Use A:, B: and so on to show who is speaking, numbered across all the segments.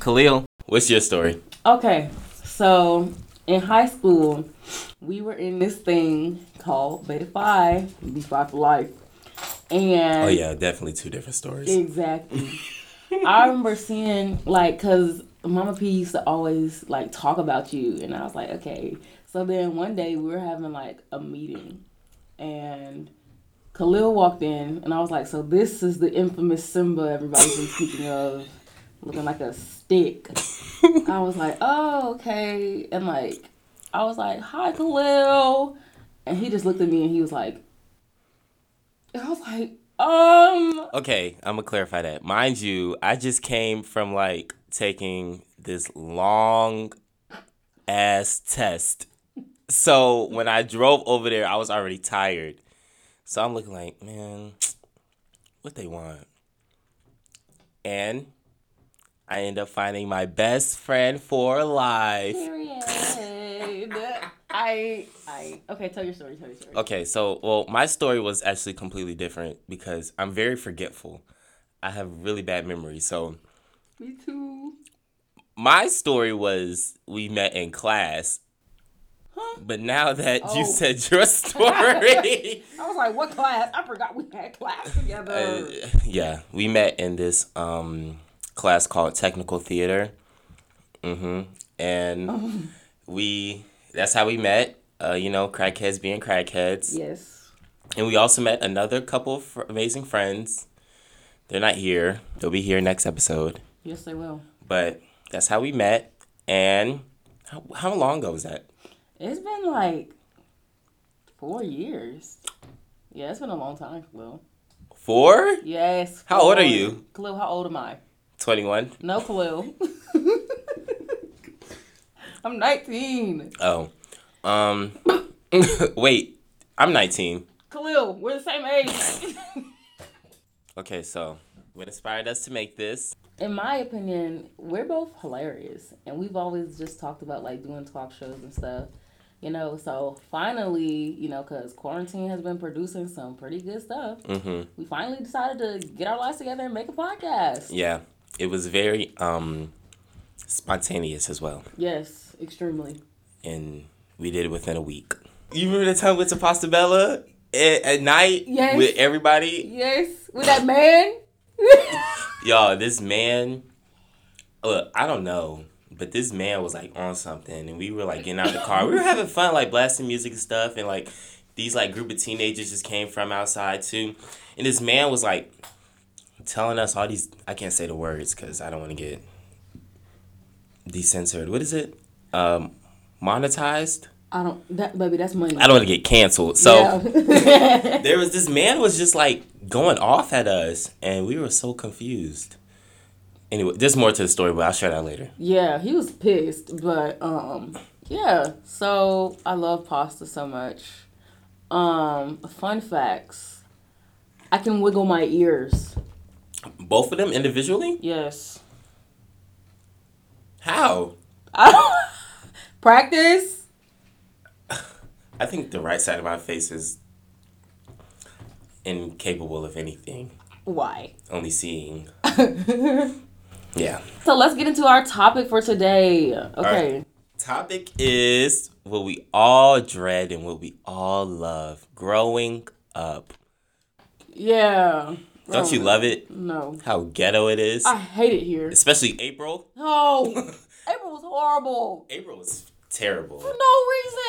A: Khalil, what's your story?
B: Okay, so in high school, we were in this thing called Beta Phi, Be Phi for Life. And
A: Oh yeah, definitely two different stories.
B: Exactly. I remember seeing like because Mama P used to always like talk about you, and I was like, okay. So then one day we were having like a meeting, and Khalil walked in, and I was like, so this is the infamous Simba everybody's been speaking of, looking like a stick. I was like, oh okay, and like I was like, hi Khalil, and he just looked at me and he was like, and I was like, um.
A: Okay, I'm gonna clarify that. Mind you, I just came from like taking this long ass test. So when I drove over there, I was already tired. So I'm looking like, man, what they want? And I end up finding my best friend for life.
B: Period. I I okay. Tell your story. Tell your story.
A: Okay, so well, my story was actually completely different because I'm very forgetful. I have really bad memory. So
B: Me too.
A: my story was we met in class.
B: Huh?
A: But now that
B: Oh.
A: you said your story,
B: I was like, what class? I forgot we had class together.
A: uh, yeah, we met in this um class called technical theater. Mhm. And
B: Oh.
A: we that's how we met. Uh, you know, crackheads being crackheads.
B: yes.
A: And we also met another couple of fr- amazing friends. They're not here. They'll be here next episode.
B: Yes, they will.
A: But that's how we met. And how, how long ago was that?
B: It's been like four years. Yeah, it's been a long time, Khalil.
A: Four?
B: Yes.
A: How old are
B: four.
A: you?
B: Khalil, how old am I?
A: 21?
B: No, Khalil. I'm 19.
A: Oh. Um. wait, I'm 19.
B: Khalil, we're the same age.
A: Okay, so what inspired us to make this?
B: in my opinion, we're both hilarious, and we've always just talked about like doing talk shows and stuff, you know. So finally, you know, because quarantine has been producing some pretty good stuff,
A: Mm-hmm.
B: we finally decided to get our lives together and make a podcast.
A: Yeah, it was very um spontaneous as well.
B: Yes, extremely.
A: and we did it within a week. You remember the time with Pasta Bella at, at night
B: Yes.
A: with everybody?
B: Yes, with that man.
A: Y'all, this man, look, I don't know, but this man was like on something, and we were like getting out of the car. we were having fun, like blasting music and stuff, and like these like group of teenagers just came from outside too, and this man was like telling us all these. I can't say the words because I don't want to get decensored. What is it? Um, monetized.
B: I don't. That baby, that's money.
A: I don't want to get canceled. So.
B: Yeah.
A: there was this man was just like going off at us and we were so confused anyway there's more to the story but i'll share that later
B: Yeah, he was pissed, but um yeah. So I love pasta so much. Um fun facts. I can wiggle my ears.
A: both of them individually
B: Yes.
A: how
B: Practice?
A: i think the right side of my face is incapable of anything
B: Why?
A: only seeing
B: so
A: yeah
B: let's get into our topic for today. Okay.
A: topic is what we all dread and what we all love growing up
B: Yeah.
A: don't you love it
B: No.
A: how ghetto it is
B: I hate it here.
A: especially april
B: No. April was horrible.
A: april was terrible
B: For no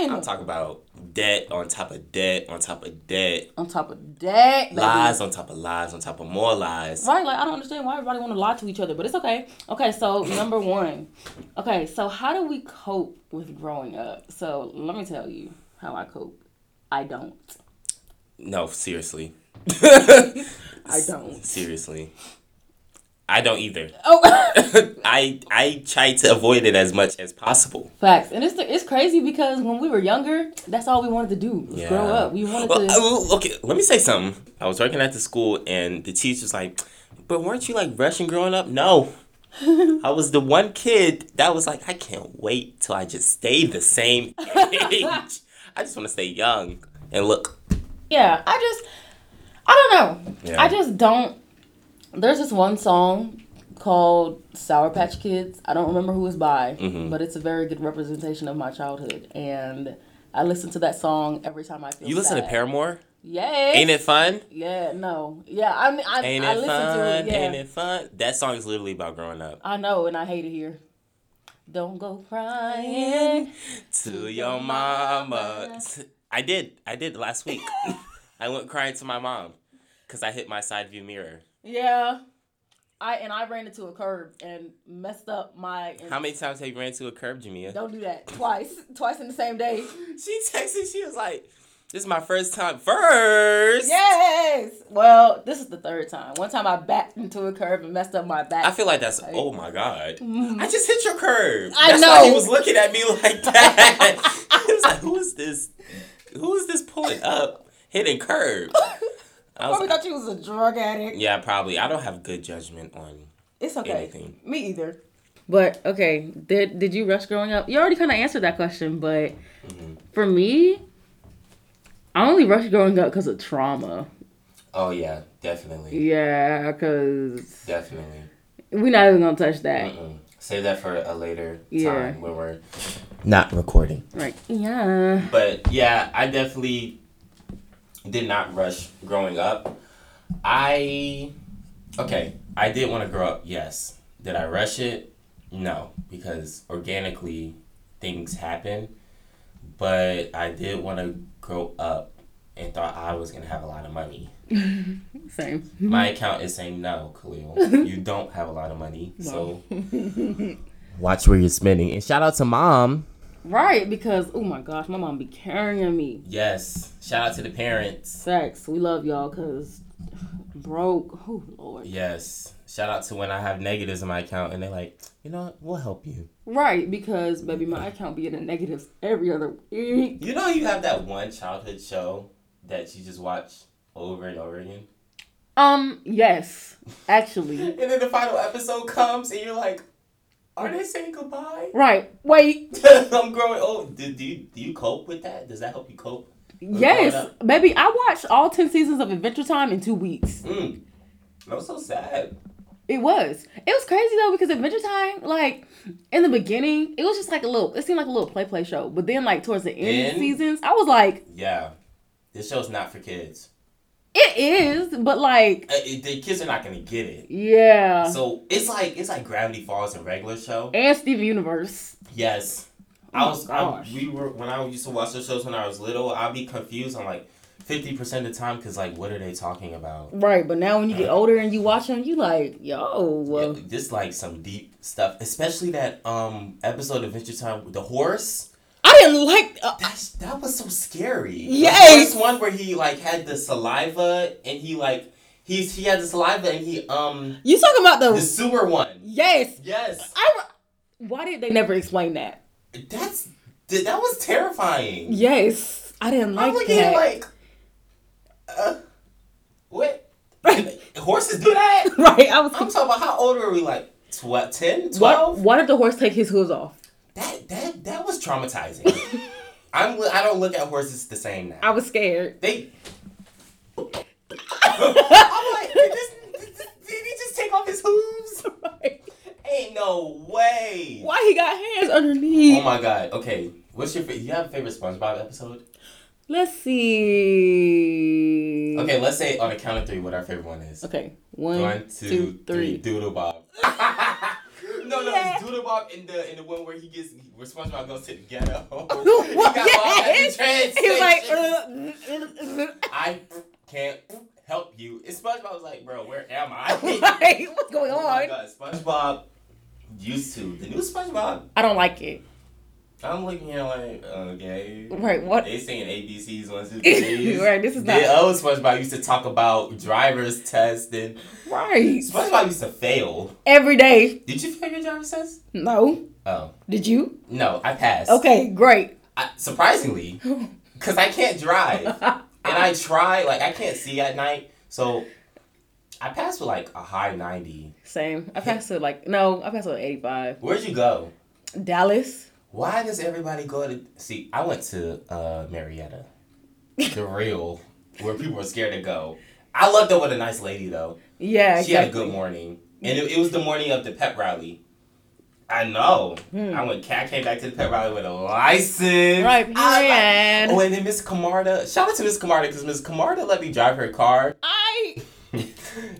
B: reason.
A: I'm talking about debt on top of debt on top of debt.
B: On top of that, baby.
A: Lies on top of lies on top of more lies.
B: Right, like I don't understand why everybody want to lie to each other, but it's okay. Okay, so number one, okay, so how do we cope with growing up? So let me tell you how I cope. I don't.
A: No, seriously.
B: I don't.
A: Seriously. I don't either.
B: Oh,
A: I I try to avoid it as much as possible.
B: facts, and it's it's crazy because when we were younger, that's all we wanted to do was grow
A: Yeah.
B: up. We wanted
A: Well,
B: to.
A: uh, okay, let me say something. I was working at the school and the teacher's like, "But weren't you like rushing growing up?" No. I was the one kid that was like, "I can't wait till I just stay the same age. I just want to stay young and look
B: Yeah, I just, I don't know.
A: Yeah.
B: I just don't. There's this one song called Sour Patch Kids. I don't remember who was by,
A: Mm-hmm.
B: but it's a very good representation of my childhood. And I listen to that song every time I feel
A: You listen to
B: sad.
A: Paramore?
B: Yes.
A: Ain't it fun?
B: Yeah, no. Yeah, I mean, I,
A: Ain't
B: I
A: it
B: listen
A: fun?
B: to it. Yeah.
A: Ain't it fun? That song is literally about growing up.
B: I know, and I hate it here. Don't go crying.
A: to your mama. I did. I did last week. I went crying to my mom because I hit my side view mirror.
B: Yeah. I and I ran into a curb and messed up my.
A: How many times have you ran to a curb, Jamia?
B: Don't do that twice. twice in the same day.
A: She texted. She was like, "This is my first time." First.
B: Yes. Well, this is the third time. One time I backed into a curb and messed up my back.
A: I feel like that's. Oh my god! I just hit your curb.
B: Mm-hmm. I
A: that's Why he
B: know.
A: was looking at me like that. I was like, "Who is this? Who is this pulling up, hitting curb?" I was
B: probably
A: like,
B: thought you was a drug addict.
A: "Yeah, probably." I don't have good judgment on.
B: It's okay.
A: Anything.
B: Me either. But okay, did did you rush growing up? You already kind of answered that question, but
A: Mm-hmm.
B: for me, I only rushed growing up because of trauma.
A: Oh yeah, definitely,
B: Yeah, because
A: definitely.
B: we're not even gonna touch that.
A: Mm-mm. Save that for a later
B: Yeah.
A: time when we're not recording.
B: Like, yeah,
A: But yeah, I definitely did not rush growing up. I okay, I did want to grow up. Yes. Did I rush it? No, because organically things happen. But I did want to grow up and thought I was gonna have a lot of money.
B: same.
A: My account is saying no, Khalil. You don't have a lot of money, so watch where you're spending. And shout out to mom.
B: Right, because oh my gosh, my mom be carrying me.
A: Yes, shout out to the parents.
B: Sex, we love y'all, cause broke. Oh lord.
A: Yes, shout out to when I have negatives in my account and they're like, you know, what? we'll help you.
B: Right, because baby, my account be in the negatives every other week.
A: You know, you have that one childhood show that you just watch over and over again,
B: Um, yes, actually.
A: and then the final episode comes and you're like, are they saying goodbye?
B: Right. Wait.
A: I'm growing old. Do, do you do you cope with that? Does that help you cope?
B: Yes, baby. I watched all ten seasons of Adventure Time in two weeks.
A: Mm. I'm so sad.
B: It was. It was crazy though because Adventure Time, like in the beginning, it was just like a little. It seemed like a little play play show, but then like towards the end of
A: Then-
B: seasons, I was like,
A: Yeah, this show's not for kids.
B: it is, but like,
A: Uh, it- the kids are not gonna get it.
B: yeah.
A: So it's like it's like Gravity Falls, a regular show.
B: and Steven Universe.
A: Yes, I
B: Oh my
A: was. I,
B: gosh.
A: we were when I used to watch those shows when I was little. I'd be confused. I'm like fifty percent of the time because like, what are they talking about?
B: Right, but now when you get older and you watch them, you like, yo,
A: Yeah,
B: uh,
A: this like some deep stuff, especially that um episode of Adventure Time with the horse.
B: I didn't like. Uh,
A: That sh- that was so scary.
B: Yes.
A: The first one where he like had the saliva and he like he's he had the saliva and he um
B: you talking about
A: the
B: those?
A: sewer one.
B: Yes.
A: Yes.
B: I. re- Why did they never explain that?
A: That's th- that was terrifying.
B: Yes, I didn't like
A: I'm looking
B: that.
A: at like, uh, what? Horses do that?
B: right, I was.
A: I'm talking about how old were we? Like tw- 10,
B: What?
A: 12?
B: Why did the horse take his hooves off?
A: That that that was traumatizing. I'm li- I don't look at horses the same now.
B: I was scared.
A: they. I'm like, did, this, did, this- did he just take off his hooves?
B: Right.
A: Ain't no way.
B: Why he got hands
A: Oh
B: underneath?
A: my god. Okay, what's your fa- you have a favorite SpongeBob episode?
B: Let's see.
A: Okay, let's say on a count of three what our favorite one is.
B: Okay. One,
A: One, two, three. Doodle Bob. no, no,
B: Yeah.
A: it's Doodle Bob in the in the one where he gets where SpongeBob goes to the ghetto. he got
B: Yes.
A: all that
B: He was like,
A: translation.
B: uh, uh,
A: I can't help you. And SpongeBob was like, bro, where am
B: uh,
A: I?
B: like, what's going
A: oh my
B: on?
A: god, SpongeBob used to the new SpongeBob.
B: I don't like it.
A: I'm looking here like, okay.
B: Right, what-
A: They singing ABCs, one, two, three.
B: Right, this is
A: The
B: not-
A: old SpongeBob used to talk about driver's test and
B: Right.
A: SpongeBob used to fail.
B: Every day.
A: Did you fail your driver's test?
B: No.
A: Oh
B: Did you?
A: no, I passed.
B: Okay, great.
A: I, surprisingly, because I can't drive, and I try like I can't see at night, so I passed with like a high ninety.
B: Same. I passed it like no. I passed it like eighty-five.
A: Where'd you go?
B: Dallas.
A: Why does everybody go to see? I went to uh, Marietta, the real where people are scared to go. I lucked up with a nice lady though.
B: Yeah.
A: She had a
B: exactly.
A: good morning. And it, it was the morning of the pep rally. I know.
B: Hmm.
A: I went. I came back to the pep rally with a license.
B: Right,
A: I was
B: period.
A: like- oh, and then Miss Camarda. Shout out to Miss Camarda because Miss Camarda let me drive her car.
B: I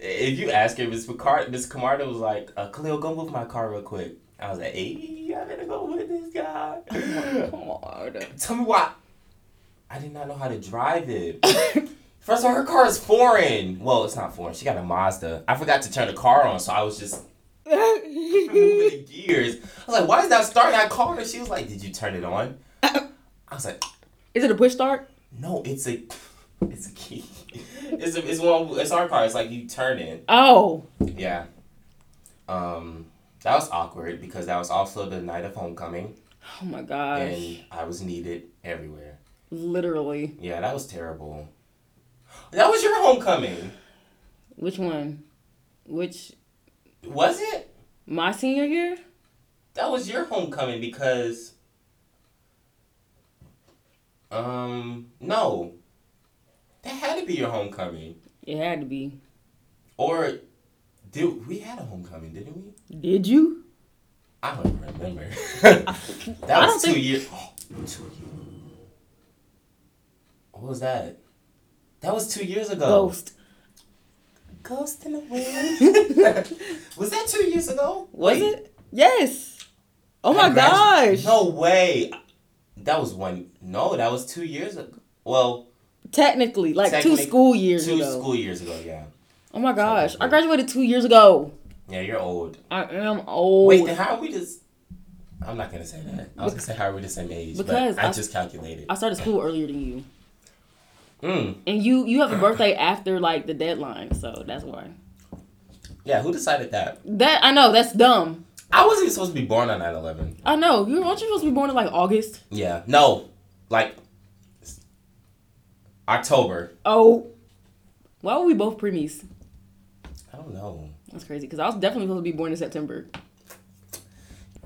A: if you ask her, Miss Picard, Miss Camarda was like, uh, "Khalil, go move my car real quick." I was like, "Hey, I better go with this guy."
B: Lord.
A: Tell me why. I did not know how to drive it. First of all, her car is foreign. Well, it's not foreign. She got a Mazda. I forgot to turn the car on, so I was just moving the gears. I was like, why is that starting? I called her. She was like, did you turn it on? I was like,
B: Is it a push start?
A: no, it's a, it's a key. It's a, it's one. It's our car. It's like you turn in.
B: Oh.
A: Yeah. Um, that was awkward because that was also the night of homecoming,
B: Oh my gosh.
A: and I was needed everywhere.
B: Literally.
A: Yeah, that was terrible. That was your homecoming,
B: Which one? Which
A: was it?
B: my senior year?
A: That was your homecoming because. Um, no. That had to be your homecoming.
B: It had to be.
A: Or did we had a homecoming, didn't we?
B: Did you?
A: I don't even remember. that
B: don't
A: was two
B: think-
A: years. two years. What was that? That was two years ago.
B: Ghost.
A: Ghost in the wind. was that two years ago?
B: Was
A: Wait,
B: it? Yes. Oh my
A: I gradu-
B: gosh.
A: No way. That was one. No, that was two years ago. Well,
B: Technically, like
A: Technic-
B: two school years
A: two
B: ago.
A: school years ago. Yeah.
B: oh my gosh. I
A: Technically.
B: graduated two years ago.
A: Yeah, you're old.
B: I am old.
A: Wait, then how are we just? I'm not gonna say that. I was gonna say how are we the same age?
B: Because
A: but I,
B: I-
A: just calculated.
B: I started school earlier than you.
A: mm.
B: And you you have a birthday after like the deadline, so that's why.
A: Yeah, who decided that?
B: That I know, that's dumb.
A: I wasn't even supposed to be born on 9 11.
B: I know. You weren't you supposed to be born in like August?
A: Yeah. No. Like, October.
B: Oh. Why were we both preemies?
A: I don't know.
B: That's crazy because I was definitely supposed to be born in September.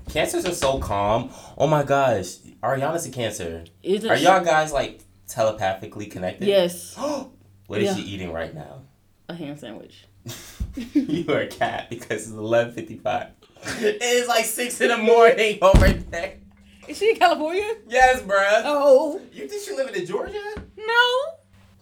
A: Cancers are so calm. Oh my gosh. Ariana's a cancer.
B: Is it?
A: Are y'all guys, like, telepathically connected?
B: Yes,
A: what is
B: Yeah.
A: she eating right now?
B: a ham sandwich.
A: you are a cat because it's 11.55. It is like 6 in the morning over there.
B: Is she in California?
A: Yes, bruh.
B: Oh
A: You think she living in Georgia?
B: no.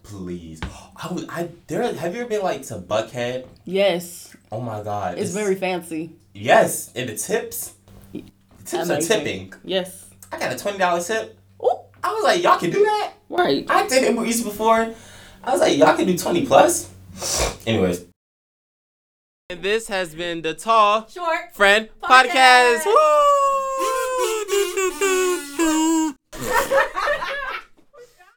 A: Please. I would, I, there, have you ever been, like, to Buckhead?
B: Yes,
A: Oh my god.
B: it's very fancy.
A: Yes, and the tips. The tips
B: Amazing.
A: are tipping.
B: Yes.
A: I got a twenty dollar tip.
B: Oh,
A: I was like, y'all can do that.
B: right.
A: I did Uber Eats before. I was like, y'all can do twenty plus. Anyways. And this has been the Tall
B: Short.
A: Friend
B: Podcast.
A: Woo!